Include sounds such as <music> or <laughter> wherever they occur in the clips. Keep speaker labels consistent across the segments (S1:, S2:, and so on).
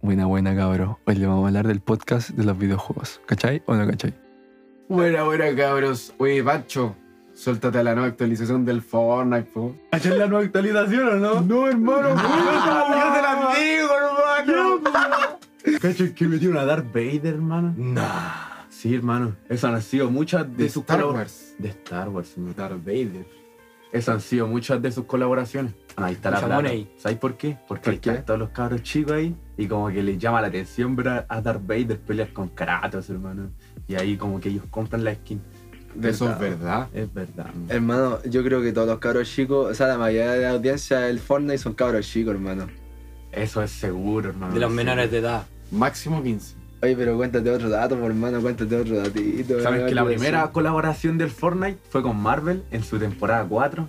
S1: Buena, buena, cabros. Hoy le vamos a hablar del podcast de los videojuegos. ¿Cachai o no cachai?
S2: Buena, buena, cabros. Oye, Pancho, suéltate a la nueva actualización del Fortnite, po.
S3: ¿Ayer la nueva actualización o no?
S2: No, hermano,
S3: <laughs>
S2: yo
S3: ¡Ah!
S2: te la digo, hermano.
S3: ¿Cacho que metió una Darth Vader, hermano?
S2: Nah.
S3: Sí, hermano. Esas han sido muchas de,
S2: De
S3: sus
S2: Star
S3: colabora-
S2: Wars.
S3: De Star Wars, hermano.
S2: Darth Vader.
S3: Esas han sido muchas de sus colaboraciones. Ahí está la
S4: Mucha
S3: plata.
S4: money.
S3: ¿Sabes por qué? Porque
S2: ¿Por
S3: ahí están
S2: qué?
S3: todos los cabros chicos ahí y como que les llama la atención ver a Darth Vader pelear con Kratos, hermano. Y ahí como que ellos compran la skin.
S2: De eso es verdad.
S3: Es verdad. hermano.
S4: Hermano, yo creo que todos los cabros chicos, o sea, la mayoría de la audiencia del Fortnite son cabros chicos, hermano.
S3: Eso es seguro, hermano.
S5: De los menores de edad.
S2: Máximo 15.
S4: Oye, pero cuéntate otro dato, por hermano, cuéntate otro datito.
S3: ¿Sabes
S4: hermano,
S3: que la
S4: algo
S3: primera
S4: así.
S3: colaboración del Fortnite fue con Marvel en su temporada 4?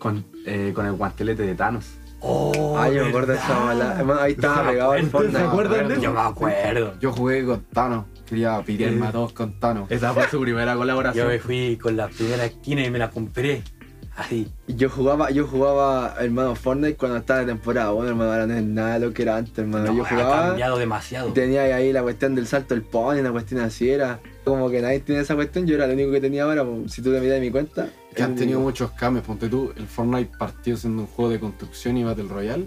S3: Con, eh, con el guantelete de Thanos.
S5: Oh,
S4: Ay, yo me acuerdo de esa bala. Hermano, ahí estaba pegado el
S3: ¿Se
S4: Fortnite.
S3: acuerdan de
S5: Yo
S3: eso?
S5: me acuerdo.
S2: Yo jugué con Thanos. Quería
S3: Eh.
S2: pirearme a todos con Thanos.
S3: Esa fue su primera
S5: Yo
S3: colaboración.
S5: me fui con la primera esquina y me la compré. Así.
S4: Yo jugaba, yo jugaba, hermano, Fortnite cuando estaba en temporada. Bueno, hermano, ahora no es nada lo que era antes, hermano.
S5: No,
S4: yo
S5: ha
S4: jugaba
S5: cambiado
S4: y
S5: demasiado.
S4: tenía ahí la cuestión del salto del pony, la cuestión así era. Como que nadie tenía esa cuestión, yo era el único que tenía ahora. po. Si tú te miras mi cuenta. el
S2: Que
S3: Eh.
S2: han tenido
S4: único.
S2: muchos cambios. Ponte tú, el Fortnite partió siendo un juego de construcción y Battle Royale.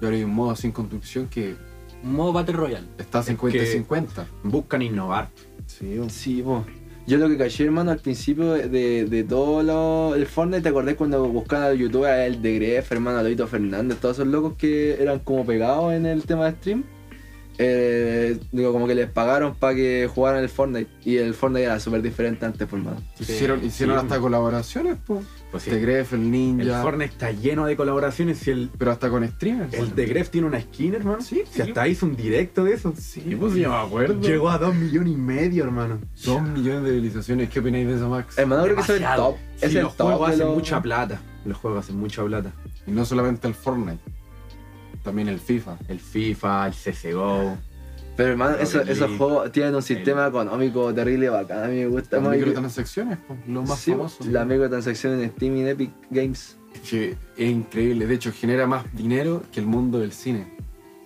S2: Y ahora hay un modo sin construcción que
S5: Modo Battle Royale.
S2: está 50 y
S3: que-
S2: 50.
S3: Buscan innovar.
S2: Sí,
S4: Sí, po. Yo lo que caché, hermano, al principio de, de todo lo, el Fortnite, ¿te acordás cuando buscaban a los youtubers, el de Gref, hermano, Loito Fernández, todos esos locos que eran como pegados en el tema de stream? Eh, digo, como que les pagaron para que jugaran el Fortnite. Y el Fortnite era súper diferente antes, por hermano.
S2: Hicieron,
S3: Sí,
S2: hicieron
S3: sí.
S2: hasta colaboraciones, pues.
S3: Pues sí,
S2: The Gref, el
S3: el
S2: Ninja.
S3: Fortnite está lleno de colaboraciones y el,
S2: pero hasta con streamers.
S3: el de Gref tiene una skin, hermano.
S2: Sí,
S3: Si hasta hizo un directo de eso. Sí,
S2: pues, yo me acuerdo.
S3: Llegó a 2 millones y medio, hermano.
S2: Dos millones de visualizaciones. ¿Qué opináis de eso,
S3: Eh,
S2: Max?
S4: Hermano, creo que eso es el
S5: Demasiado.
S4: top.
S3: Sí,
S4: es el
S3: los juegos
S4: top. de
S3: hacen
S4: los-
S3: mucha plata. Los juegos hacen mucha plata.
S2: Y no solamente el Fortnite, también el FIFA.
S3: El FIFA, el CSGO.
S4: Pero hermano, eso-
S3: Rocket
S4: esos
S3: League.
S4: juegos tienen un sistema económico terrible bacán. A mí me gusta
S2: Las
S4: hermano, yo-
S2: microtransacciones, po, lo más
S4: sí,
S2: famoso.
S4: La microtransacción en Steam y en Epic Games.
S2: Que es increíble. De hecho, genera más dinero que el mundo del cine.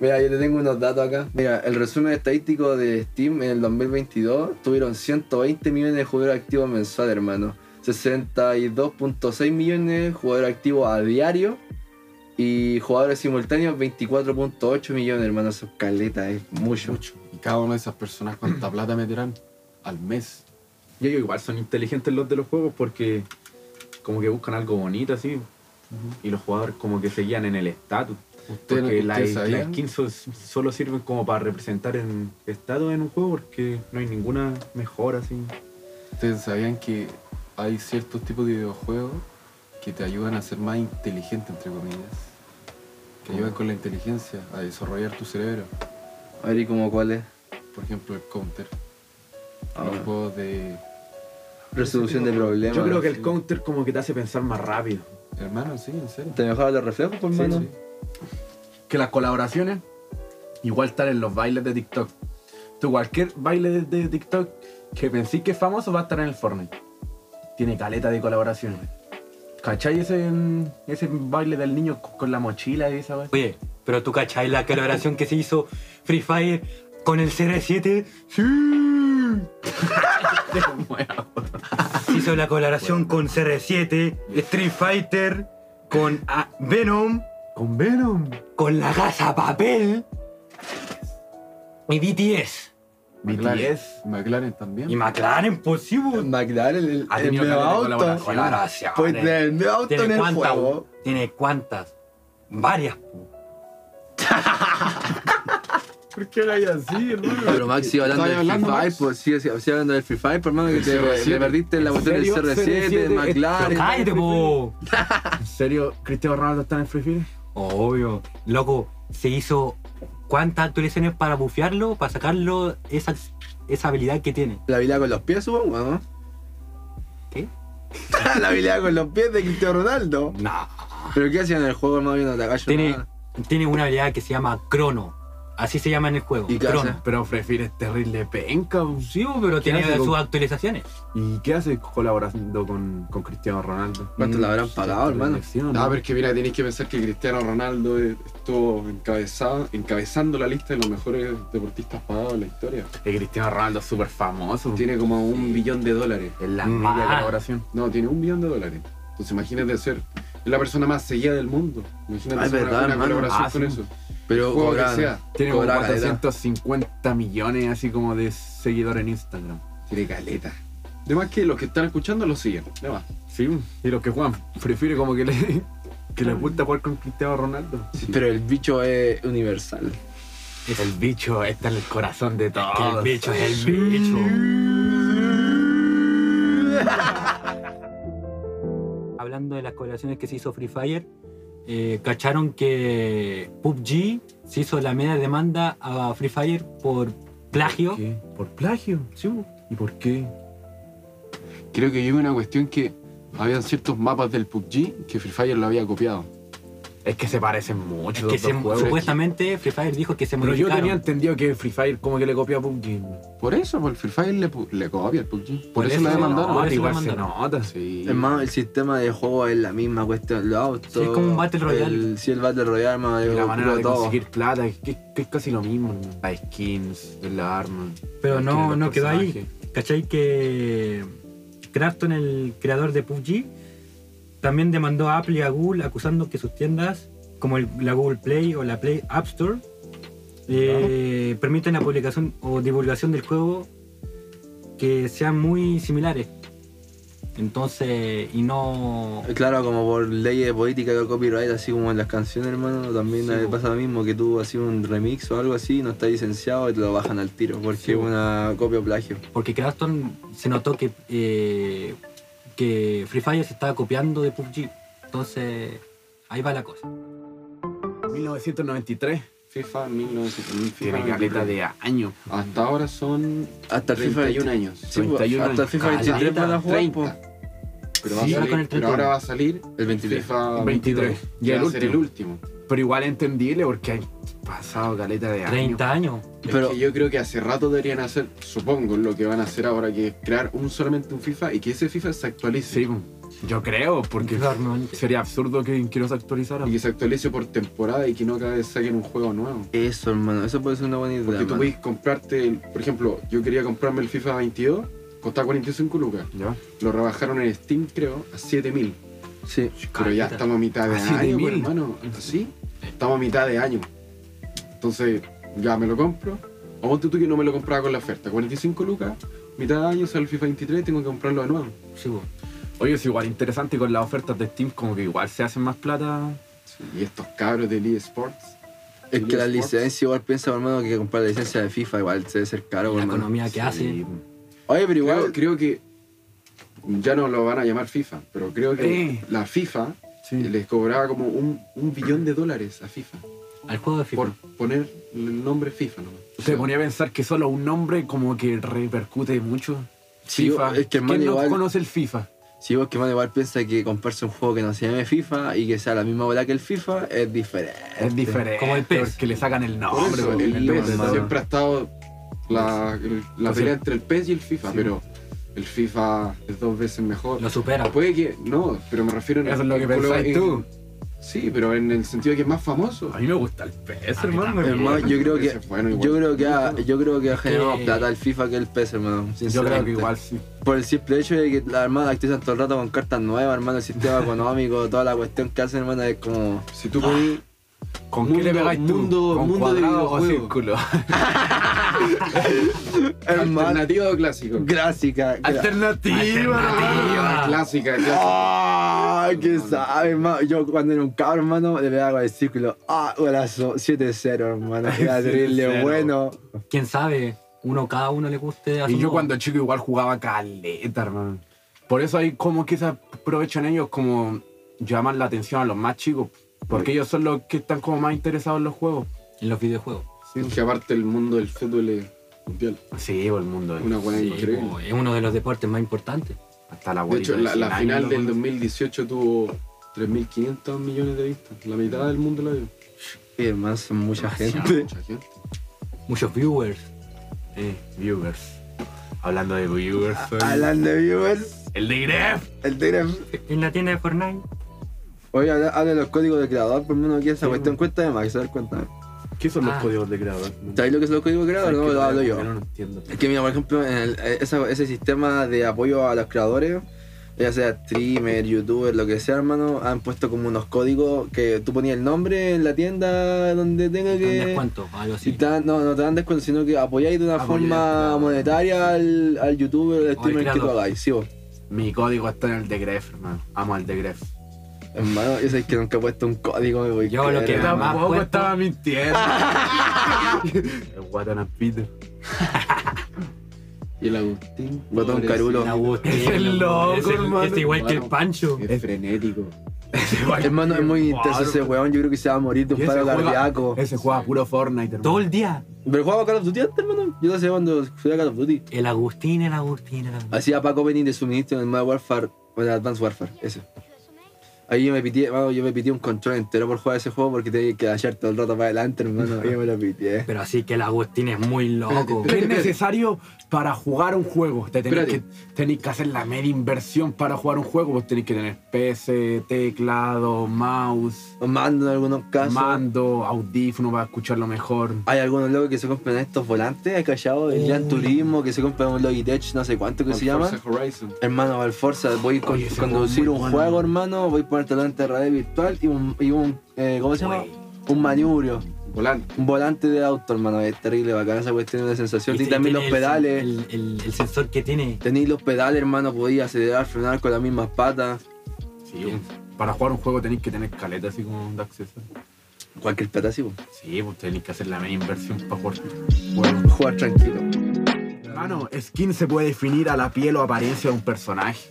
S4: Mira, yo te tengo unos datos acá. Mira, el resumen estadístico de Steam en el 2022 tuvieron 120 millones de jugadores activos mensuales, hermano. 62.6 millones de jugadores activos a diario. Y jugadores simultáneos 24.8 millones, hermano. Eso es caleta, es mucho.
S2: Mucho. Y cada una de esas
S4: <clears throat>
S2: personas, ¿cuánta plata meterán al mes?
S3: Yo digo, igual son inteligentes los de los juegos porque como que buscan algo bonito así. Y los jugadores como que se guían en el estatus.
S2: Ustedes
S3: Porque
S2: ustedes
S3: las la
S2: sabían,
S3: skins so- solo sirven como para representar en estatus en un juego porque no hay ninguna mejora así.
S2: ustedes sabían que hay ciertos tipos de videojuegos que te ayudan a ser más inteligente, entre comillas. Que
S4: Oh.
S2: ayudan con la inteligencia a desarrollar tu cerebro.
S4: A ver, ¿y como cuál es?
S2: Por ejemplo, el Counter.
S4: Ah.
S2: Los juegos de
S4: Resolución de problemas.
S3: Yo creo que el
S4: sí.
S3: counter como que te hace pensar más rápido.
S2: Hermano, sí, en serio.
S4: ¿Te mejoran los reflejos, por
S2: Sí,
S4: hermano?
S2: sí.
S3: que las colaboraciones igual están en los bailes de TikTok. Tú cualquier baile de, de TikTok que pensís que es famoso va a estar en el Fortnite. Tiene caleta de colaboraciones. ¿Cachai ese, mm, ese baile del niño co- con la mochila y esa wea?
S5: Oye, pero tú cachai la colaboración que se hizo Free Fire con el CR7.
S4: <laughs>
S5: Sí. <laughs> Se hizo la colaboración con CR7, Street Fighter, con ah, Venom,
S3: Con Venom.
S2: Ah,
S5: con la gasa papel y BTS.
S2: McLaren,
S3: BTS.
S2: McLaren también.
S5: Y McLaren, pues
S4: El
S5: posible.
S4: McLaren, el,
S3: Ha
S4: el
S3: tenido
S4: nuevo
S3: caleta de
S4: auto.
S3: colaboración.
S5: Colaboraciones.
S4: Puede tener el nuevo auto en
S5: ¿Tiene
S4: el
S5: cuántas?
S4: juego.
S5: ¿Tiene cuántas? Varias. po.
S2: ¿Por qué era
S3: Ah,
S2: así,
S3: <laughs>
S2: hermano?
S4: Pero Max sigue hablando del
S2: ¿Estás hablando,
S4: Free Fire,
S2: Max?
S4: pues sigue, sigue- sigue hablando del Free Fire, por hermano, que
S2: El
S4: te,
S2: CR7.
S4: te perdiste en la
S3: ¿En
S4: cuestión del
S3: serio?
S4: CR7, del
S3: CR7,
S4: McLaren.
S3: esto-
S5: ¡Cállate, po!
S3: ¿En serio Cristiano Ronaldo está en el Free Fire?
S5: Obvio. Loco, se hizo cuántas actualizaciones para bufearlo, para sacarlo esa, esa habilidad que tiene.
S4: La habilidad con los pies, supongo, ¿no?
S5: ¿Qué?
S4: <laughs> la habilidad con los pies de Cristiano Ronaldo.
S5: No.
S4: ¿Pero qué hacían en el juego, hermano? Yo no te callo
S5: Tiene,
S4: nada.
S5: tiene una habilidad que se llama crono. Así se llama en el juego.
S4: ¿Y qué
S5: Tron.
S4: hace?
S3: Pero prefieres terrible penca, po.
S5: Sí, bo, pero tiene
S3: hace con-
S5: sus actualizaciones.
S3: ¿Y qué haces colaborando con, con Cristiano Ronaldo? Mm,
S4: ¿Cuánto le habrán pagado, hermano?
S3: Sí, ¿o no?
S2: No, pero es que mira, tenéis que pensar que Cristiano Ronaldo eh, estuvo encabezado, encabezando la lista de los mejores deportistas pagados de la historia.
S3: Que Cristiano Ronaldo es súper famoso.
S2: Tiene como un billón de dólares.
S3: Es la
S5: Mm.
S3: media
S5: Ah.
S3: colaboración.
S2: No, tiene un billón de dólares. Entonces imagínate ser es la persona más seguida del mundo. Imagínate
S4: Ah, es
S2: hacer
S4: verdad,
S2: una, una
S4: hermano.
S2: colaboración
S3: Ah,
S2: con
S3: sí.
S2: eso.
S4: Pero
S2: Juego que
S4: cobran-
S2: sea.
S3: Tiene como
S4: cobran caleta.
S3: 450 millones así como de seguidores en Instagram.
S2: Tiene caleta. Además que los que están escuchando lo siguen. De más.
S3: Sí, y los que juegan, prefiere como que le, <laughs> que le gusta jugar con Cristiano Ronaldo.
S4: Pero el bicho es universal.
S3: El bicho está en el corazón de todos.
S5: Que el bicho es el bicho. <laughs> Hablando de las colaboraciones que se hizo Free Fire, eh, cacharon que PUBG se hizo la media demanda a Free Fire por plagio.
S3: ¿Qué? ¿Por plagio? Sí. bo. ¿Y por qué?
S2: Creo que yo vi una cuestión que habían ciertos mapas del PUBG que Free Fire lo había copiado.
S3: Es que se parecen mucho
S5: Es
S3: los
S5: que se-
S3: dos juegos.
S5: supuestamente Free Fire dijo que se
S3: Pero yo tenía
S5: modificaron.
S3: entendido que Free Fire como que le copia a PUBG.
S2: Por eso, por el Free Fire le, pu- le copia el PUBG. Por,
S5: Por
S2: eso,
S5: eso
S2: la
S5: se
S2: demandaron.
S5: nota,
S3: No,
S5: eso
S3: igual
S5: lo
S3: se
S5: mandaron.
S3: nota, sí.
S4: Hermano, el sistema de juego es la misma cuestión. Los autos.
S5: Sí, es como un Battle Royale.
S4: el- sí, el Battle Royale, hermano.
S3: Y
S4: yo
S3: la manera
S4: ocupo
S3: de
S4: todo.
S3: conseguir plata, que, que es casi lo mismo. ¿no? Las skins, la arma.
S5: Pero
S3: los
S5: no,
S3: skins de
S5: no
S3: los
S5: quedó ahí.
S3: personajes.
S5: ¿Cachai? Que Crafton, el creador de PUBG, también demandó a Apple y a Google acusando que sus tiendas, como el- la Google Play o la Play App Store, eh, permiten la publicación o divulgación del juego que sean muy similares. Entonces, y no...
S4: Claro, como por leyes de política de copyright, así como en las canciones, hermano, también
S5: Sí,
S4: eh,
S5: po.
S4: pasa lo mismo, que tú haces un remix o algo así, no está licenciado y te lo bajan al tiro, porque
S5: Sí,
S4: es
S5: po.
S4: una copia o plagio.
S5: Porque Crafton se notó que, eh, que Free Fire se estaba copiando de PUBG. Entonces, ahí va la cosa.
S3: 1993.
S2: FIFA 1900.
S3: Tiene caleta de año.
S2: Hasta ahora son
S4: Hasta el FIFA 21
S2: 31 años.
S4: Sí, po,
S3: 31
S4: hasta el
S2: pues,
S3: años.
S4: FIFA 23 van a jugar, po.
S2: 30. Pero, va a
S5: Sí, ahora
S2: salir-
S5: con
S2: pero
S5: el 31.
S2: ahora va a salir
S4: El 23.
S2: FIFA
S3: 23.
S2: 23.
S3: Y
S2: Ya
S3: el
S2: va a ser el último.
S3: Pero igual entendible porque hay pasado caleta de año.
S5: 30 años.
S4: Pero-
S2: Pero yo creo que hace rato deberían hacer, supongo, lo que van a hacer ahora, que es crear un solamente un FIFA y que ese FIFA se actualice.
S3: Sí, pues. yo creo, porque
S5: Normalmente.
S3: sería absurdo que, que no se actualizara.
S2: Y que se actualice por temporada y que no cada vez saquen un juego nuevo.
S4: Eso, hermano, eso puede ser una buena idea.
S2: Porque tú
S4: hermano.
S2: puedes comprarte, el- por ejemplo, yo quería comprarme el FIFA 22, costaba 45 lucas.
S3: ¿Ya?
S2: Lo rebajaron en Steam, creo, a 7000.
S4: Sí.
S2: Pero ya
S5: Caleta.
S2: estamos a mitad de
S3: Ah,
S2: año,
S3: 7000.
S2: pues, hermano. Así, estamos a mitad de año. Entonces, ya me lo compro. O ponte tú que no me lo compraba con la oferta. 45 lucas, mitad de año sale el FIFA 23 tengo que comprarlo de nuevo.
S5: Sí, bo.
S3: Oye, es igual interesante con las ofertas de Steam, como que igual se hacen más plata.
S2: Y estos cabros del eSports.
S4: Es que la
S2: EA Sports.
S4: licencia igual piensa, hermano, que comprar la licencia de FIFA igual debe ser caro,
S5: la
S4: hermano.
S5: economía que hace.
S4: Oye, pero igual,
S2: Creo, creo que ya no lo van a llamar FIFA, pero creo que
S3: Eh.
S2: la FIFA
S3: Sí.
S2: les cobraba como un, un billón de dólares a FIFA
S5: Al juego de FIFA.
S2: por poner el nombre FIFA. nomás. O
S3: Se
S2: sea,
S3: ponía a pensar que solo un nombre como que repercute mucho.
S4: Sí,
S3: FIFA.
S4: es que, hermano,
S3: ¿Quién no
S4: igual-
S3: conoce el FIFA?
S4: si vos que más igual piensa que comprarse un juego que no se llame FIFA y que sea la misma bola que el FIFA es diferente.
S2: Este,
S3: Es diferente.
S5: Como el PES.
S3: Porque le sacan el
S2: por
S3: nombre.
S2: eso,
S3: porque
S2: el
S3: nombre
S2: PES
S3: de todo.
S2: siempre ha estado la, el- la
S3: O sea,
S2: pelea entre el PES y el FIFA,
S3: sí.
S2: pero el FIFA es dos veces mejor. Ah,
S5: Lo supera.
S2: Puede que no, pero me refiero en
S3: Eso es lo que
S2: en-
S3: pensáis
S2: en-
S3: tú. Ah.
S2: Sí, pero en el sentido de que es más famoso.
S3: A mí me gusta el PES,
S5: A mí
S3: hermano.
S5: también.
S4: Hermano, yo creo
S2: Ese
S4: que
S2: es bueno igual.
S4: yo creo que ha, yo creo que ha generado
S5: que-
S4: más plata el FIFA que el PES, hermano.
S3: Yo creo que
S4: sinceramente.
S3: igual sí.
S4: Por el simple hecho de que las hermanas actualizan todo el rato con cartas nuevas, hermano, el sistema económico, toda la cuestión que hacen, hermano, es como.
S2: Si tú podías
S3: ¿Con qué le
S2: Mundo-
S3: pegáis tú?
S2: mundo-
S3: ¿Con
S2: mundo de
S3: cuadrado o
S2: videojuegos. <laughs>
S3: círculo? Ah,
S4: Hermano,
S2: alternativo o clásico.
S4: gráfica. gra-
S5: Alternativa.
S2: Ah, clásica, clásica.
S4: Ah, que
S2: No, no.
S4: sabe, hermano. Yo cuando era un cabrón, hermano, le pegaba con el círculo. Ah, golazo, 7-0, hermano. Era terrible,
S3: 7-0.
S4: bueno.
S5: Quién sabe, uno cada uno le guste. a su
S3: Y yo
S5: modo.
S3: cuando chico igual jugaba caleta, hermano. Por eso ahí como que se aprovechan ellos como llamar la atención a los más chicos. Porque ellos son los que están como más interesados en los juegos.
S5: En los videojuegos.
S2: Es que aparte el mundo del fútbol es mundial.
S3: Sí, o el mundo. de-
S2: Una buena
S5: Sí,
S2: increíble.
S5: bo, es uno de los deportes más importantes.
S3: Hasta la
S2: De
S3: abuelita
S2: hecho, la, la
S3: 100 años
S2: final
S3: lo
S2: del
S3: conoce.
S2: 2018 tuvo 3.500 millones de vistas. La mitad del mundo la vio.
S4: Y hermano, son mucha
S5: Demasiado.
S3: Ah,
S4: gente.
S2: Mucha gente.
S5: muchos viewers.
S3: Eh, viewers. Hablando de viewers, soy
S4: Alan de viewers,
S3: el de Gref.
S4: el DRM.
S5: En la tienda de Fortnite.
S4: Oye, habla, habla de los códigos de creador, por menos aquí esa
S5: Sí.
S4: cuestión cuenta de Max, a ver, cuéntame.
S3: ¿Qué son los
S5: Ah.
S3: códigos de creador?
S4: ¿Sabéis lo que es los códigos de creador? No, lo hablo yo.
S3: No lo entiendo.
S4: Es que mira, por ejemplo, en el- eh, esa- ese sistema de apoyo a los creadores, ya sea streamer, youtuber, lo que sea, hermano, han puesto como unos códigos que tú ponías el nombre en la tienda donde tenga
S5: ¿Dónde
S4: que...
S5: cuánto? Algo
S4: Y
S5: así.
S4: te dan- no, no te dan descuento, sino que apoyáis de una
S3: Apoyáis,
S4: forma
S3: claro.
S4: monetaria al, al youtuber, al streamer que tú
S5: creador.
S4: hagáis, sí, vos.
S3: Mi código está en el de Gref, hermano. Amo al de Gref.
S4: Hermano, yo sé que nunca he puesto un código, me voy
S5: Yo lo que
S4: hermano.
S5: más-
S3: Tampoco
S5: puesto-
S3: estaba mintiendo. <laughs> el Guatanapito.
S2: Y el Agustín.
S4: Botón
S2: pobrecito,
S4: carulo.
S5: La botella,
S3: Es
S5: la-
S3: loco,
S5: es el-
S3: hermano.
S5: Es igual que el
S2: Claro.
S5: Pancho.
S2: Es frenético.
S4: <laughs> Hermano, es muy intenso
S3: Claro.
S4: ese weón, yo creo que se va a morir de
S3: Y
S4: un
S3: ese
S4: paro
S3: juega-
S4: cardíaco.
S3: Ese juega puro Fortnite, hermano.
S5: Todo el día.
S4: Pero jugaba Call of Duty antes, hermano. Yo lo hacía cuando jugaba Call of Duty.
S5: El Agustín, el Agustín, el Agustín.
S4: Hacía Paco Benning de suministro en el Modern Warfare, o en el Advanced Warfare, ese. Ahí yo me pitié, hermano, yo me pitié un control entero por jugar ese juego porque tenía que agachar todo el rato para adelante, hermano. Yo me lo pitié.
S5: Pero así que el Agustín es muy loco.
S3: ¿Qué es necesario para jugar un juego? Te tenéis que,
S2: Espérate.
S3: tenéis que hacer la media inversión para jugar un juego. Vos tenéis que tener PC, teclado, mouse,
S4: Os mando en algunos casos.
S3: mando, audífono para escucharlo mejor.
S4: Hay algunos locos que se compran estos volantes, hay callado, el
S3: Oh.
S4: Gran Turismo, que se compran un Logitech, no sé cuánto que se llama.
S2: Forza Horizon.
S4: Hermano, al Forza, voy a con,
S3: Oye, ese juego es
S4: conducir
S3: muy
S4: un
S3: bueno.
S4: juego, hermano, voy a ponerte delante de realidad virtual y un, y un eh, ¿cómo se llama?
S5: Wey.
S4: Un manubrio,
S2: Volante.
S4: un volante de auto, hermano, es terrible, bacana esa cuestión de sensación.
S5: Y
S4: Y, también los
S5: tiene el-
S4: pedales,
S5: El, el- el sensor que tiene.
S4: tenéis los pedales, hermano, podía acelerar, frenar con las mismas patas.
S3: Sí, pues. un- para jugar un juego tenéis que tener caleta así como de acceso.
S4: Cualquier pata así, po.
S3: Sí, pues tenéis que hacer la media inversión para jugar.
S4: jugar tranquilo.
S3: Hermano, skin se puede definir a la piel o apariencia de un personaje.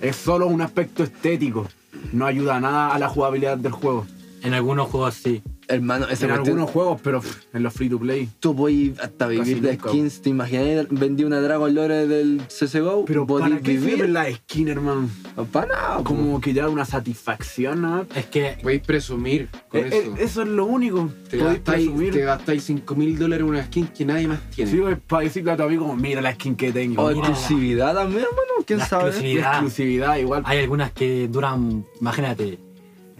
S3: Es solo un aspecto estético. No ayuda nada a la jugabilidad del juego.
S5: En algunos juegos sí.
S4: Hermano, esa
S3: en
S4: cuestión,
S3: algunos juegos, pero pff, en los free to play.
S4: tú podías hasta vivir de
S3: nunca,
S4: skins, ¿te imagináis? Vendí una Dragon Lore del CSGO,
S3: Pero
S4: podías
S3: ¿para qué sirve
S4: vivir.
S3: la skin, hermano?
S4: Para nada, po.
S3: Como que ya una satisfacción, ¿no?
S5: Es que
S2: Podéis presumir con
S3: Eh, eh,
S2: eso.
S3: eso. es lo único.
S2: te,
S3: Podéis
S2: gastáis,
S3: presumir.
S2: te gastáis 5 mil dólares en una skin que nadie más tiene.
S3: Sí, pues, para decirle a tu amigo, mira la skin que tengo.
S4: O
S3: mira
S4: exclusividad también, hermano, quién
S5: La
S4: sabe.
S5: exclusividad.
S3: la exclusividad igual.
S5: hay algunas que duran, imagínate,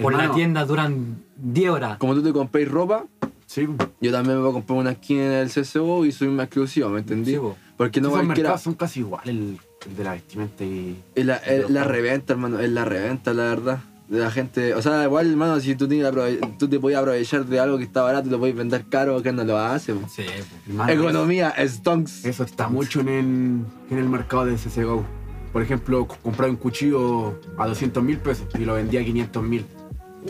S5: por
S3: Hermano.
S5: la tienda duran 10 horas.
S4: Como tú te compréis ropa,
S3: Sí, pues.
S4: yo también me voy a comprar una skin en el CSGO y soy más exclusivo, ¿me entendí?
S5: Sí, po.
S4: Porque no
S3: Esos
S4: cualquiera.
S3: mercados son casi igual el, el de la vestimenta y.
S4: Es la, es la reventa, hermano, es la reventa, la verdad. De la gente. O sea, igual, hermano, si tú, tienes la prove- tú te podías aprovechar de algo que está barato y lo podías vender caro, que no lo hace. po.
S5: Sí, pues.
S3: Hermano,
S4: Economía,
S3: pues.
S4: stonks.
S3: Eso está mucho en el, en el mercado de CSGO. Por ejemplo, c- comprar un cuchillo a 200 mil pesos y lo vendía a 500 mil.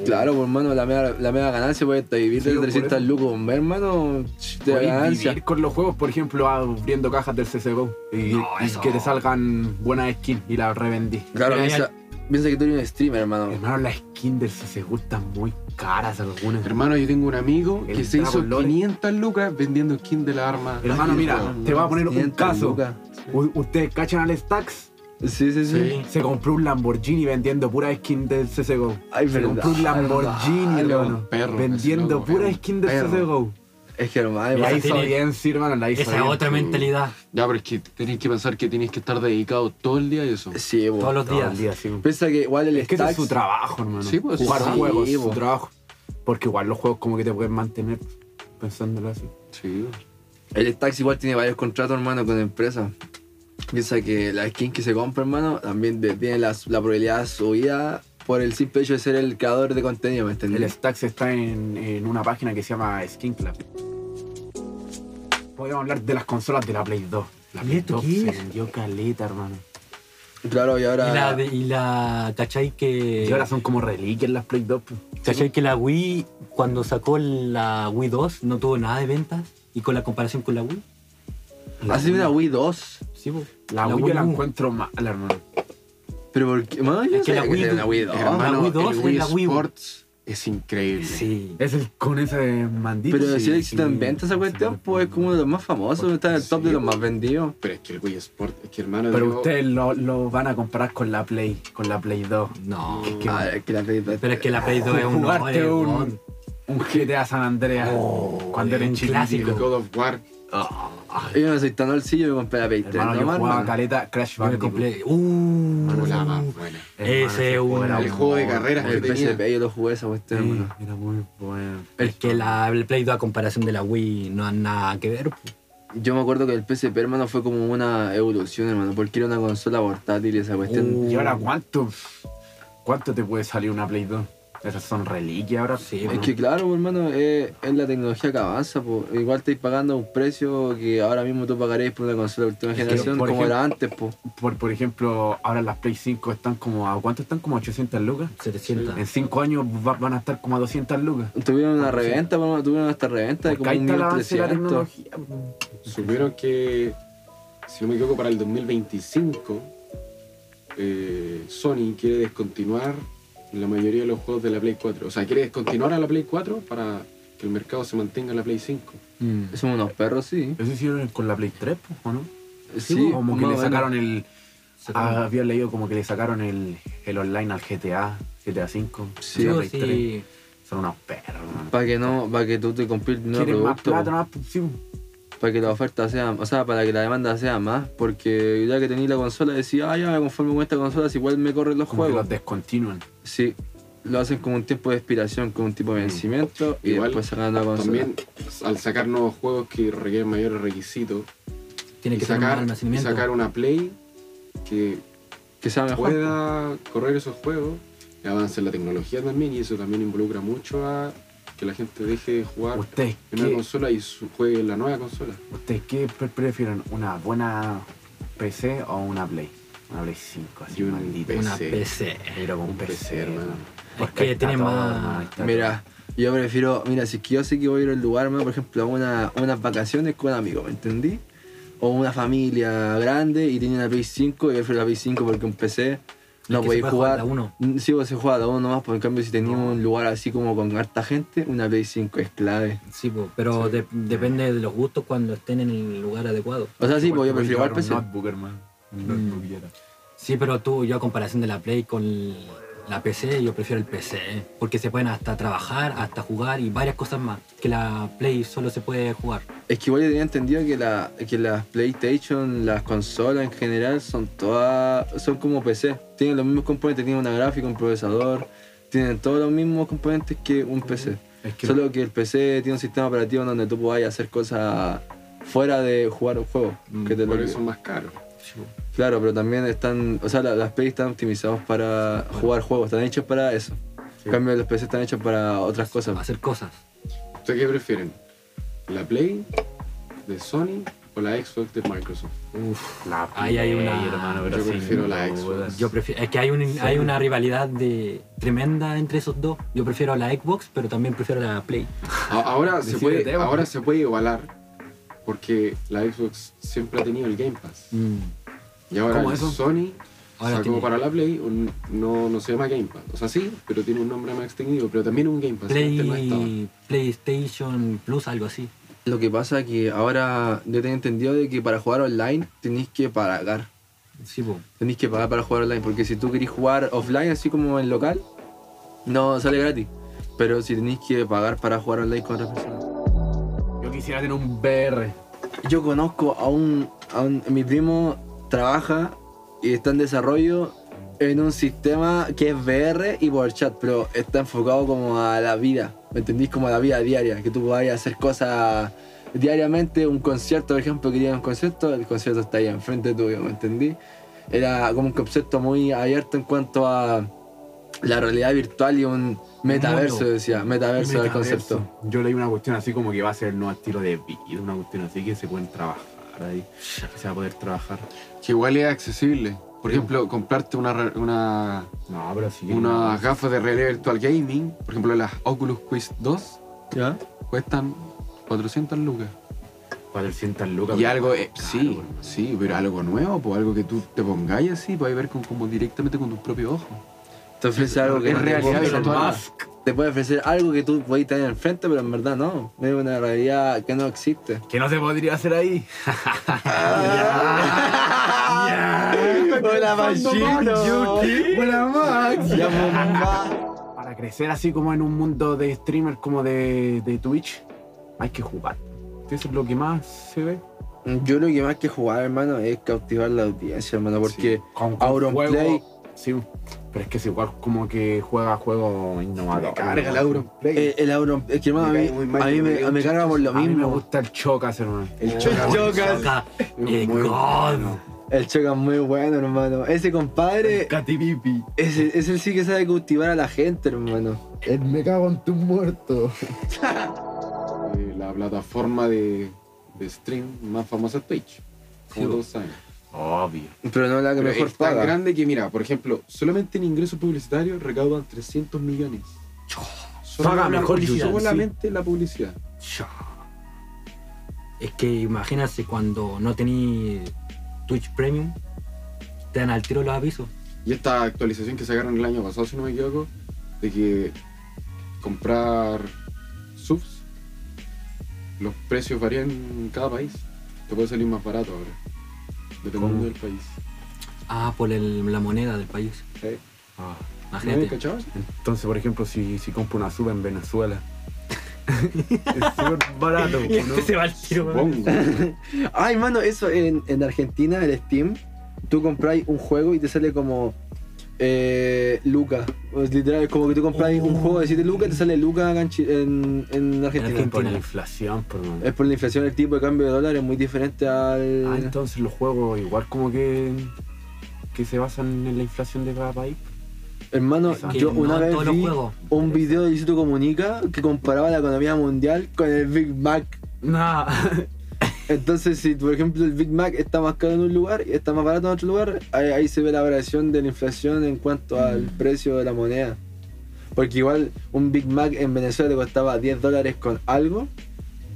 S4: Claro, pues, hermano, la mega, la mega ganancia pues, puede estar vivir
S3: Sí,
S4: de
S3: po, por
S4: 300
S3: eso.
S4: lucos, hermano. De la
S3: Podéis
S4: ganancia.
S3: vivir con los juegos, por ejemplo, abriendo cajas del CSGO y,
S5: No,
S3: y
S5: eso.
S3: que te salgan buenas skins y las revendí.
S4: Claro,
S5: Pero hay
S4: piensa, piensa que tú eres un streamer, hermano.
S3: Hermano, las skins del CSGO están muy caras algunas.
S2: Hermano, yo tengo un amigo
S3: El
S2: que se hizo
S3: Dragon Lore.
S2: 500 lucas vendiendo skin de la arma.
S3: Hermano,
S2: Ay,
S3: mira,
S2: weón.
S3: te voy a poner un
S4: 500
S3: caso.
S4: lucas.
S3: U- ¿Ustedes cachan al Stax?
S4: Sí, sí, sí.
S5: Sí.
S3: Se compró un Lamborghini vendiendo pura skin del CSGO.
S4: Ay,
S3: se
S4: verdad,
S3: compró un Lamborghini,
S4: verdad.
S3: hermano.
S2: Perro,
S3: vendiendo
S2: ese loco,
S3: pura
S2: era un
S3: skin del
S2: perro.
S3: CSGO.
S4: Es que hermano,
S5: Esa
S3: La
S4: igual-
S3: hizo
S5: tiene-
S3: bien, sí, hermano, la hizo
S5: Esa es
S3: bien.
S5: otra mentalidad.
S2: Ya, pero es que tenés que pensar que tienes que estar dedicado todo el día a eso.
S4: Sí, bo.
S5: Todos los
S3: Todo el
S5: días.
S3: día, sí.
S4: Piensa que igual el
S3: Es que ese es
S4: Stacks-
S3: su trabajo, hermano.
S2: Pues, Sí, pues,
S3: Jugar
S2: sí,
S3: juegos es
S4: bo.
S3: su trabajo. Porque igual los juegos como que te pueden mantener pensándolo así.
S2: Sí.
S4: El Stacks igual tiene varios contratos, hermano, con empresas. Piensa que la skin que se compra, hermano, también de- tiene la, la probabilidad de subida por el simple hecho de ser el creador de contenido, ¿me
S3: El
S4: entendés?
S3: Stax está en, en una página que se llama Skin Club. Podríamos hablar de las consolas de la Play 2. La
S5: ¿Y
S3: Play
S5: esto
S3: 2
S5: qué
S3: se
S5: es?
S3: vendió caleta, hermano.
S4: Claro, y ahora...
S5: Y la, de- y la, ¿cachai que,
S3: Y ahora son como reliquias las Play 2. pues.
S5: cachai que la Wii, cuando sacó la Wii 2, no tuvo nada de ventas? Y con la comparación con la Wii,
S4: Hace una Wii 2.
S5: sí, pues. po.
S3: La, Wii yo la
S5: U.
S3: encuentro mala, hermano.
S4: Pero ¿por qué? Hermano, yo
S5: Es que
S4: sabía
S5: la Wii
S4: tenía
S5: du-
S4: una Wii 2.
S5: Hermano, la Wii 2
S2: el
S5: es
S2: Wii
S5: la Wii U.
S2: Sports es increíble.
S5: Sí.
S3: Es el con ese mandito.
S4: Pero
S3: sí,
S4: si éxito
S3: sí.
S4: en venta esa cuestión, pues es como uno de los más famosos, está en el top de los más vendidos.
S2: Pero es que el Wii Sport, es que hermano.
S3: Pero
S2: yo-
S3: ustedes lo, lo van a comparar con la Play, con la Play 2.
S5: No.
S3: Que- que-
S4: Ah, es que la Play
S5: Pero es que la Play 2 es un
S3: Jugaste
S5: horror,
S3: un-
S5: weón.
S3: Un GTA San Andreas. cuando era
S5: un
S3: chiquitito.
S5: clásico.
S2: God of War.
S3: Ah,
S4: Yo no soy tan olcillo y compré la Play 3.
S3: hermano, yo
S4: nomás,
S3: jugaba
S4: hermano.
S3: caleta Crash
S5: Yo me
S3: Bandicoot.
S5: compré. Uh,
S2: Como la más buena.
S3: Hermano,
S5: Ese es
S3: juego
S5: un-
S3: era
S5: El
S2: juego de
S3: bueno.
S2: carreras
S4: El
S2: que tenía.
S4: PSP yo lo jugué esa
S3: Sí,
S4: cuestión, hermano.
S3: era muy bueno.
S5: Es que la el Play 2 a comparación de la Wii no han nada que ver. pues. po.
S4: Yo me acuerdo que el PSP, hermano, fue como una evolución, hermano, porque era una consola portátil y esa cuestión.
S5: Uh,
S3: Este, ¿Y ahora cuánto? ¿Cuánto te puede salir una Play 2? Esas son reliquias ahora. Sí,
S4: Es que claro, hermano, es, es la tecnología que avanza, po. igual estáis pagando un precio que ahora mismo tú pagaréis por una consola de última
S3: Es que,
S4: generación
S3: por
S4: como era antes, po.
S3: por, por ejemplo, ahora las Play 5 están como a ¿cuánto están? Como 800 lucas.
S5: 700.
S3: En 5 años va- van a estar como a 200 lucas.
S4: Tuvieron una reventa, hermano, tuvieron hasta reventa de
S3: Porque
S4: como
S3: ahí
S4: un
S3: está el avance de la
S4: 1300.
S3: tecnología.
S2: Supieron que, si no me equivoco, para el 2025, eh, Sony quiere descontinuar la mayoría de los juegos de la Play 4. O sea, quiere descontinuar a la Play 4 para que el mercado se mantenga en la Play 5.
S3: Mm.
S4: Son unos perros, sí.
S3: Eso hicieron con la Play 3, po, ¿o no?
S4: Sí,
S3: como
S4: más
S3: que le
S4: o menos.
S3: sacaron el.
S5: Sacaron.
S3: ah, había leído como que le sacaron el, el online al GTA, GTA 5.
S4: Sí,
S5: Sí,
S3: la
S5: o
S3: Play 3.
S5: sí.
S3: Son unos perros, hermano.
S4: Para que no, para que tú te compres un nuevo
S3: Quieren más
S4: producto,
S3: plata, más sí,
S4: para que la oferta sea, o sea, para que la demanda sea más, porque ya que tenéis la consola decís, ah, ya me conformo con esta consola, si igual me corren los
S3: como que
S4: juegos.
S3: los descontinúan.
S4: Sí, lo hacen como un tiempo de expiración, con un tipo de vencimiento y
S2: Mm. Igual,
S4: después sacan la consola.
S2: También, al sacar nuevos juegos que requieren mayores requisitos,
S5: Tiene
S2: y
S5: que ser un
S2: sacar, y
S5: almacenamiento.
S2: sacar una Play que
S4: que sea mejor.
S2: pueda correr esos juegos, y avance la tecnología también, y eso también involucra mucho a que la gente deje de jugar
S3: Ustedes,
S2: en una
S3: ¿qué,
S2: consola y su- juegue en la nueva consola.
S3: ustedes qué pre- prefieren? ¿Una buena PC o una Play? Una Play 5, así
S2: Y un
S3: maldita.
S2: PC.
S5: Una PC.
S3: Pero con
S2: Un
S3: PC,
S2: PC,
S3: hermano.
S2: hermano.
S3: Porque
S5: que
S3: ahí está
S5: tiene
S3: todo,
S5: más-
S3: hermano, ahí está
S4: Mira, yo prefiero, mira, si es que yo sé que voy a ir a un lugar, más, por ejemplo, a una, unas vacaciones con un amigo, ¿me entendí? O una familia grande y tiene una Play 5, yo prefiero la Play 5 porque un PC no
S5: que
S4: podéis
S5: se puede
S4: jugar.
S5: jugar la uno.
S4: Mm, Sí, vos se juega la uno nomás, porque en cambio si teníamos un lugar así como con harta gente, una Play 5 es clave.
S5: Sí, po, pero de- depende de los gustos cuando estén en el lugar adecuado.
S4: O sea, sí,
S3: Igual
S4: pues
S3: te
S4: yo prefiero
S3: podéis
S4: igual
S3: llevar
S4: PC.
S3: Un notebook, hermano. Un notebook y era.
S5: Sí, pero tú, yo a comparación de la Play con la PC, yo prefiero el PC. Porque se pueden hasta trabajar, hasta jugar y varias cosas más. Que la Play solo se puede jugar.
S4: Es que igual yo tenía entendido que, la, que las PlayStation, las consolas en general, son todas. son como PC. Tienen los mismos componentes, tienen una gráfica, un procesador, tienen todos los mismos componentes que un PC.
S3: Es que-
S4: Solo que el PC tiene un sistema operativo en donde tú podás hacer cosas fuera de jugar un juego. que te lo-
S2: Mm, Por eso es más caro.
S4: Claro, pero también están. O sea, la- las Play están optimizadas para jugar juegos, están hechas para eso. En cambio, los PC están hechos para otras cosas.
S5: Hacer cosas.
S2: ¿Ustedes qué prefieren? ¿La Play de Sony o la Xbox de Microsoft?
S3: La
S5: Ahí hay
S3: Play,
S5: una-
S3: hermano, pero
S2: Yo
S3: sin
S2: prefiero la Xbox.
S3: dudas.
S5: Yo prefiero, es que hay, un, hay una rivalidad de, tremenda entre esos dos. Yo prefiero la Xbox, pero también prefiero la Play.
S2: A- Ahora, se puede,
S3: Decídete, vos.
S2: ahora se puede igualar porque la Xbox siempre ha tenido el Game Pass. Y ahora
S3: ¿Cómo
S2: el
S3: eso?
S2: Sony
S5: Ahora
S2: sacó
S5: tiene-
S2: para la Play, un- no, no se llama Game Pass. O sea, sí, pero tiene un nombre más extendido, pero también un Game Pass. Antes Pues no estaba.
S5: Play, PlayStation Plus, algo así.
S4: Lo que pasa que ahora yo tenía entendido de que para jugar online tenéis que pagar.
S5: Sí, po.
S4: Tenéis que pagar para jugar online, porque si tú querís jugar offline, así como en local, no sale gratis. Pero si tenéis que pagar para jugar online con otras personas.
S3: Yo quisiera tener un VR.
S4: Yo conozco a un, a un- Mi primo trabaja y está en desarrollo en un sistema que es VR y por chat, pero está enfocado como a la vida. ¿Me entendís? Como a la vida diaria, que tú vayas a hacer cosas diariamente. Un concierto, por ejemplo, quería un concierto, el concierto está ahí enfrente tuyo, ¿me entendí? Era como un concepto muy abierto en cuanto a la realidad virtual y un metaverso,
S5: mundo.
S4: decía. Metaverso, era Ah, el
S3: Metaverso.
S4: concepto.
S3: Yo leí una cuestión así como que va a ser el nuevo estilo de vida, una cuestión así que se pueden trabajar ahí. que se va a poder trabajar.
S2: Que igual es accesible. Por ejemplo, comprarte una, re- una,
S3: No, pero sí. que
S2: unas
S3: no.
S2: gafas de realidad virtual gaming, por ejemplo las Oculus Quest 2,
S4: ¿Ya?
S2: cuestan 400 lucas.
S3: 400 lucas.
S2: Y algo, eh,
S3: Claro,
S2: sí,
S3: hermano.
S2: sí, pero algo nuevo, pues algo que tú te pongáis así, puedes ver con, como directamente con tus propios ojos.
S4: Te ofrece algo que
S2: es
S4: no te
S2: realidad
S4: puedo-
S2: virtual.
S4: te puede ofrecer algo que tú podés tener enfrente, pero en verdad no. Es una realidad que no
S2: <laughs>
S4: existe.
S3: Que no se podría hacer ahí.
S4: ¡Hola, Machino!
S3: Yuki.
S2: <laughs>
S4: ¡Hola, Max! ¡Ya, mamá!
S3: Para para crecer así como en un mundo de streamer como de, de Twitch, hay que jugar. Eso es lo que más se ve.
S4: Yo lo que más que jugar, hermano, es cautivar la audiencia, hermano, porque
S3: Con,
S4: Auronplay-
S3: juego- Sí, pero es que es igual como que juega juegos innovadores.
S2: carga el
S3: hermano.
S2: Auronplay.
S4: eh, el Auron, es que hermano, a
S2: Me
S4: mí,
S2: cae muy mal,
S4: a mí
S2: yo
S4: me,
S2: creo
S4: me
S2: un
S4: carga por lo
S3: A mí me
S4: mismo.
S3: gusta el chocas, hermano.
S2: el choca.
S5: Soca, el
S2: Muy-
S5: God.
S4: El Choca es muy bueno, hermano. Ese compadre,
S3: Catipipi.
S4: ese, ese sí que sabe cautivar a la gente, hermano.
S3: El me cago en tu muerto.
S2: Eh, la plataforma de, de stream más famosa es Twitch. Como todos saben.
S3: Obvio.
S4: Pero no la que
S2: Pero
S4: mejor
S2: es tan
S4: paga.
S2: grande que, mira, por ejemplo, solamente en ingresos publicitarios recaudan 300 millones. Solo
S5: Paga
S2: la
S5: mejor
S2: publicidad,
S5: YouTube, sí.
S2: Solamente la publicidad.
S5: Ya. Es que imagínate cuando no tení Twitch Premium, te dan al tiro los avisos.
S2: Y esta actualización que sacaron el año pasado, si no me equivoco, de que comprar subs, los precios varían en cada país. Te puede salir más barato ahora, dependiendo
S3: ¿Cómo?
S2: del país.
S5: Ah, por el- la moneda del país.
S2: ¿Eh?
S3: Ah,
S2: ¿No habéis
S5: Imagínate.
S2: cachado? eso?
S3: entonces, por ejemplo, si, si compro una sub en Venezuela, <laughs> es súper barato.
S5: Y este
S3: ¿no?
S5: <laughs> se va al tiro, weón.
S2: Supongo.
S4: Ay, mano, eso en, en Argentina, el Steam, tú compráis un juego y te sale como eh, Luca. Pues, literal, es como que tú compráis un juego de 7 lucas y te sale Luca acá en, Chi- en, en
S3: Es
S4: Argentina. Eh,
S3: que por la inflación, por
S4: Es por la inflación, el tipo de cambio de dólar es muy diferente al.
S3: Ah, entonces los juegos igual como que, que se basan en la inflación de cada país.
S4: Hermano,
S3: Exacto.
S5: Que
S4: yo
S5: no
S4: una
S5: en
S4: vez
S5: todos los
S4: vi
S5: juegos.
S4: un video de Luisito Comunica que comparaba la economía mundial con el Big Mac.
S3: Nah.
S4: Entonces, si por ejemplo el Big Mac está más caro en un lugar y está más barato en otro lugar, ahí, ahí se ve la variación de la inflación en cuanto al precio de la moneda. Porque igual un Big Mac en Venezuela te costaba 10 dólares con algo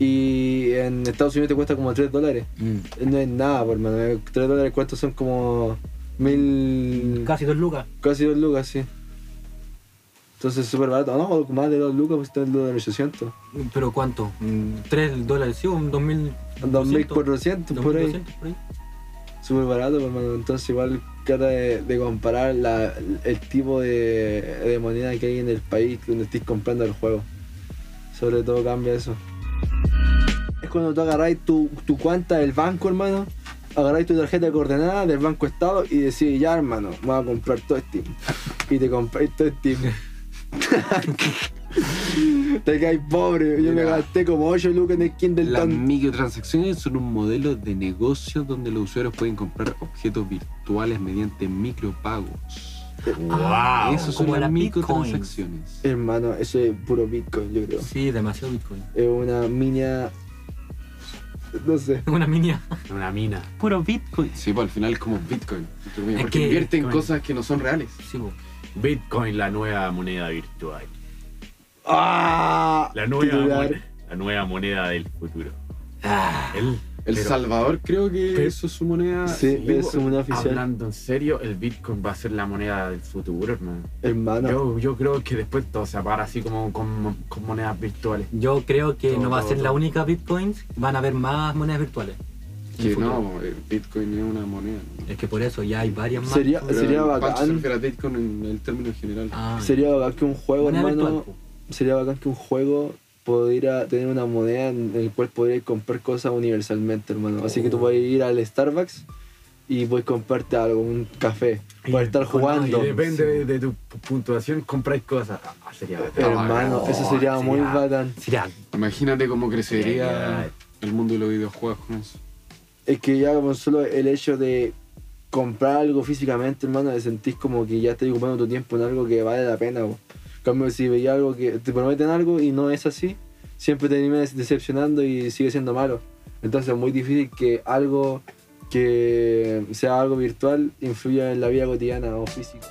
S4: y en Estados Unidos te cuesta como 3 dólares.
S5: Mm.
S4: No es nada, por mano. 3 dólares cuántos son como mil...
S5: Mm. Casi dos lucas.
S4: Casi 2 lucas, sí. Entonces súper barato, ¿no? O más de 2 lucas, pues está el dólar 800.
S5: ¿Pero cuánto? Mm, ¿Tres dólares? Sí, un 2000.
S4: 2400 por ahí.
S5: 2200 por ahí.
S4: Súper barato, pues, hermano. Entonces igual trata de, de comparar la- el tipo de, de moneda que hay en el país donde estés comprando el juego. Sobre todo cambia eso. Es cuando tú agarráis tu, tu cuenta del banco, hermano. Agarráis tu tarjeta de coordenada del Banco Estado y decís, ya hermano, me voy a comprar todo Steam. Y te compráis todo este Steam. <laughs> te caes pobre. Yo me
S2: Mira.
S4: gasté como 8 lucas en el Kindle
S2: Las
S4: Town.
S2: microtransacciones son un modelo de negocio donde los usuarios pueden comprar objetos virtuales mediante micropagos.
S3: wow.
S2: Esas son
S5: como
S2: las
S5: las
S2: microtransacciones.
S4: Hermano, eso es puro Bitcoin, yo creo.
S5: Sí, demasiado Bitcoin. <laughs>
S4: Es una minia. No sé.
S5: Una minia.
S3: <laughs> Una mina.
S5: Puro Bitcoin.
S2: Sí, pues al final es como Bitcoin. entre comillas,
S5: Es
S2: Porque
S5: que-
S2: invierte en
S5: Bitcoin.
S2: cosas que no son reales.
S5: Sí, po.
S3: Bitcoin, la nueva moneda virtual.
S4: ¡Ah!
S6: La nueva,
S4: Titular.
S6: moneda, la nueva moneda del futuro.
S5: Ah,
S6: El
S2: El
S3: Pero-
S2: Salvador creo que
S3: pero-
S2: eso es su moneda.
S4: Sí,
S3: sí,
S4: es una oficial.
S3: Hablando en serio, el Bitcoin va a ser la moneda del futuro, hermano.
S4: Hermano.
S3: Yo, yo creo que después todo se para así como con, con monedas virtuales.
S5: Yo creo que
S3: Todo,
S5: no va a
S3: todo,
S5: ser la
S3: todo.
S5: única Bitcoin, van a haber más monedas virtuales.
S2: Que no, el Bitcoin es una moneda. ¿no?
S5: Es que por eso ya hay varias más.
S4: Sería,
S2: Pero
S4: sería
S2: el Pancho se
S4: bacán.
S2: refiere a Bitcoin en el término general.
S5: Ah,
S4: Sería bacán que un juego,
S5: moneda
S4: hermano.
S5: virtual, po.
S4: Sería bacán que un juego pudiera tener una moneda en el cual podrías comprar cosas universalmente, hermano. Así
S3: Oh.
S4: que tú puedes ir al Starbucks y puedes comprarte algo, un café.
S5: Y
S4: Puedes estar
S5: con-
S3: Y
S4: jugando.
S5: y
S3: depende de, de tu puntuación, compráis cosas. Ah, sería bacán.
S4: Eh, Hermano, eso sería
S3: Oh,
S4: muy
S3: sería-
S4: bacán.
S5: Sería
S2: Imagínate cómo crecería
S3: Genial.
S2: el mundo de los videojuegos con eso.
S4: Es que ya con solo el hecho de comprar algo físicamente, hermano, te sentís como que ya estás ocupando tu tiempo en algo que vale la pena. po. En cambio, si veía algo que te prometen algo y no es así, siempre te terminas decepcionando y sigue siendo malo. Entonces es muy difícil que algo que sea algo virtual influya en la vida cotidiana o física.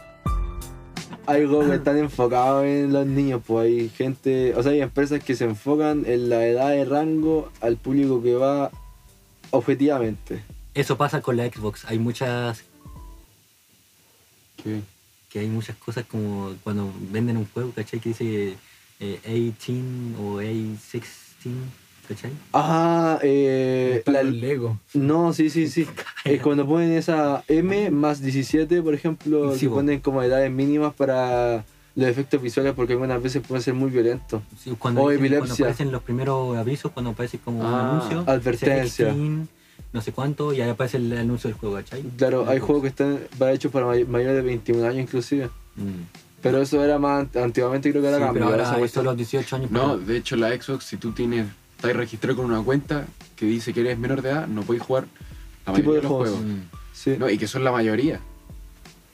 S4: Algo que están enfocados en los niños, pues hay gente, o sea, hay empresas que se enfocan en la edad de rango al público que va objetivamente.
S5: Eso pasa con la Xbox. Hay muchas
S2: ¿Qué?
S5: que hay muchas cosas como cuando venden un juego, ¿cachai? Que dice eh, 18 o A16, ¿cachai?
S4: Ah, eh,
S3: Está
S4: la-
S3: con Lego.
S4: no, sí, sí, sí. Es cuando ponen esa M más 17, por ejemplo,
S5: Sí,
S4: que
S5: bo.
S4: ponen como edades mínimas para los efectos visuales porque algunas veces pueden ser muy violentos.
S5: Sí,
S4: O
S5: cuando, dicen- cuando
S4: Oh, epilepsia.
S5: aparecen los primeros avisos, cuando aparece como
S2: Ah,
S5: un anuncio.
S4: advertencia.
S5: 16, no sé cuánto, y ahí aparece el anuncio del juego, ¿cachay?
S4: Claro, hay juegos que están para- hechos para may- mayores de 21 años inclusive.
S5: Mm.
S4: Pero eso era más ant- antiguamente creo que era
S5: Sí, pero
S4: cambiado esa
S5: ahora eso
S4: cuestión.
S5: los 18 años.
S2: No,
S5: para-
S2: de hecho la Xbox, si tú tienes, estás registrado con una cuenta que dice que eres menor de edad, no puedes jugar la mayoría
S4: Tipo de
S2: de los
S4: juegos.
S2: juegos.
S5: Mm.
S4: Sí.
S2: No, y que son la mayoría.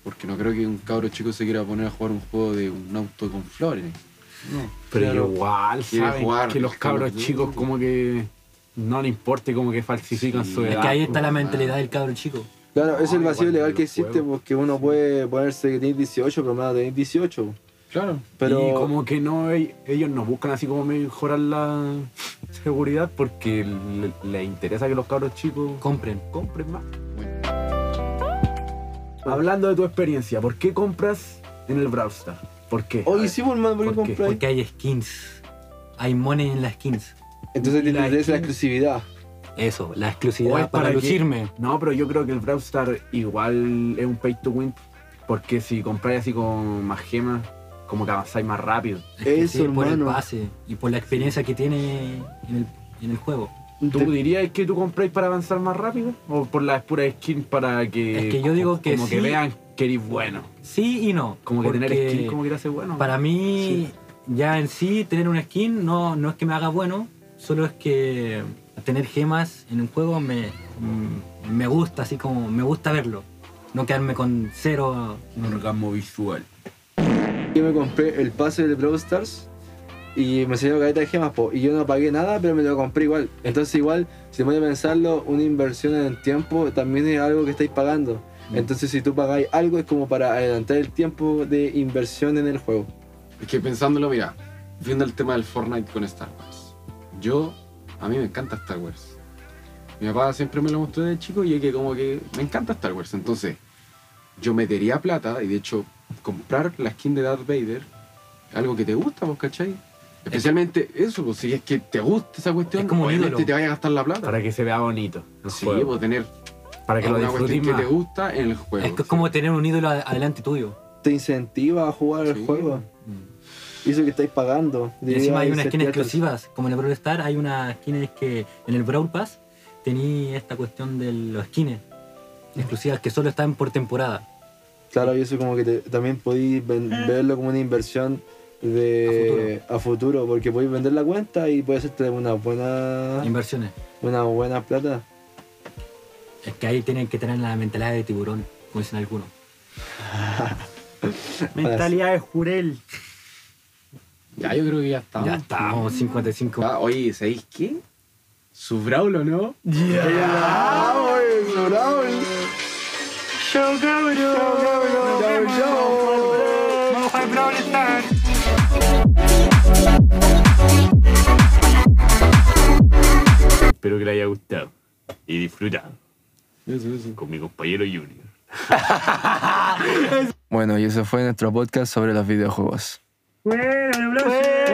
S2: Porque no creo que un cabro chico se quiera poner a jugar un juego de un auto con flores.
S3: Pero
S4: Claro.
S3: igual
S2: Quiere
S3: saben
S2: jugar,
S3: que los
S2: es como-
S3: cabros chicos como que no les importe como que falsifican
S2: Sí.
S3: su
S2: Es
S3: edad.
S5: Es que ahí está
S2: Ah,
S5: la
S2: ah.
S5: mentalidad del cabro chico.
S4: Claro, es el
S3: No,
S4: vacío
S3: Ah, igual
S4: legal
S3: los
S4: que existe
S3: juegos.
S4: porque uno puede ponerse que tenés 18, pero más tenés 18.
S2: Claro.
S4: Pero
S3: Y como que no, e- ellos no buscan así como mejorar la seguridad porque le- les interesa que los cabros chicos
S5: Compren.
S3: compren más.
S2: Bueno.
S3: Hablando de tu experiencia, ¿por qué compras en el Brawl Stars? ¿Por qué? A
S4: Oye,
S3: ver,
S4: sí, por hermano, ¿por qué
S3: ¿por qué?
S4: compráis?
S5: Porque hay skins. Hay money en las skins.
S4: Entonces
S5: Y
S4: te
S5: la
S4: interesa la
S5: skin.
S4: exclusividad.
S5: Eso, la
S3: ¿O
S5: exclusividad
S3: es
S5: para,
S3: para qué?
S5: lucirme.
S3: No, pero yo creo que el Brawl Stars igual es un pay to win porque si compráis así con más gemas, como que avanzáis más rápido.
S5: Es que
S4: Eso,
S5: sí, por el
S4: hermano.
S5: pase y por la experiencia que tiene en el, en el juego.
S3: ¿Tú
S4: Te-
S3: dirías que tú compráis para avanzar más rápido? ¿O por las puras skins para que.
S5: Es que yo digo que
S3: Como
S5: sí.
S3: que vean que eres bueno.
S5: Sí y no.
S3: Como que
S5: porque
S3: tener skins como que te hace bueno.
S5: Para mí, ya en sí, tener una skin no, no es que me haga bueno, solo es que tener gemas en un juego me, mm, me gusta, así como me gusta verlo. No quedarme con cero.
S3: Un orgasmo visual.
S4: Yo me compré el pase de Brawl Stars y me salió careta de gemas, po, y yo no pagué nada, pero me lo compré igual. Entonces igual, si me voy a pensarlo, una inversión en el tiempo también es algo que estáis pagando. Entonces si tú pagáis algo es como para adelantar el tiempo de inversión en el juego.
S2: Es que pensándolo, mira, viendo el tema del Fortnite con Star Wars. Yo, a mí me encanta Star Wars. Mi papá siempre me lo mostró de chico y es que como que me encanta Star Wars. Entonces, yo metería plata y de hecho, comprar la skin de Darth Vader, algo que te gusta, ¿vos cachai? Especialmente eso, pues, si es que te gusta esa cuestión,
S5: Es como un
S2: obviamente
S5: ídolo.
S2: te vaya a gastar la plata.
S3: Para que se vea bonito. el
S2: sí,
S3: juego.
S2: pues, tener
S3: Para que lo
S2: una
S3: disfrutes
S2: cuestión que
S3: más.
S2: te gusta en el juego.
S5: Es que es como tener un ídolo ad- adelante tuyo.
S4: Te incentiva a jugar
S2: Sí.
S4: el juego. Y eso que estáis pagando.
S5: Y encima hay unas skins
S4: Incentivar-
S5: exclusivas, como en el Brawl Star, hay unas skins que en el Brawl Pass tenía esta cuestión de los skins exclusivas que solo están por temporada.
S4: Claro, y eso como que te- también podéis ven- verlo como una inversión de a futuro, porque podéis vender la cuenta y puedes hacerte una buena
S5: Inversiones.
S4: una buena plata.
S5: Es que ahí tienen que tener la mentalidad de tiburón, como dicen algunos.
S4: Mentalidad
S5: de jurel.
S2: Ya, yo creo que ya estamos.
S5: Ya estamos, 55.
S2: Ah, oye, ¿sabéis qué? Su Brawl o no,
S6: Espero que le haya gustado y disfrutado con mi compañero Junior.
S1: Bueno, y eso fue nuestro podcast sobre los videojuegos.
S5: Bueno.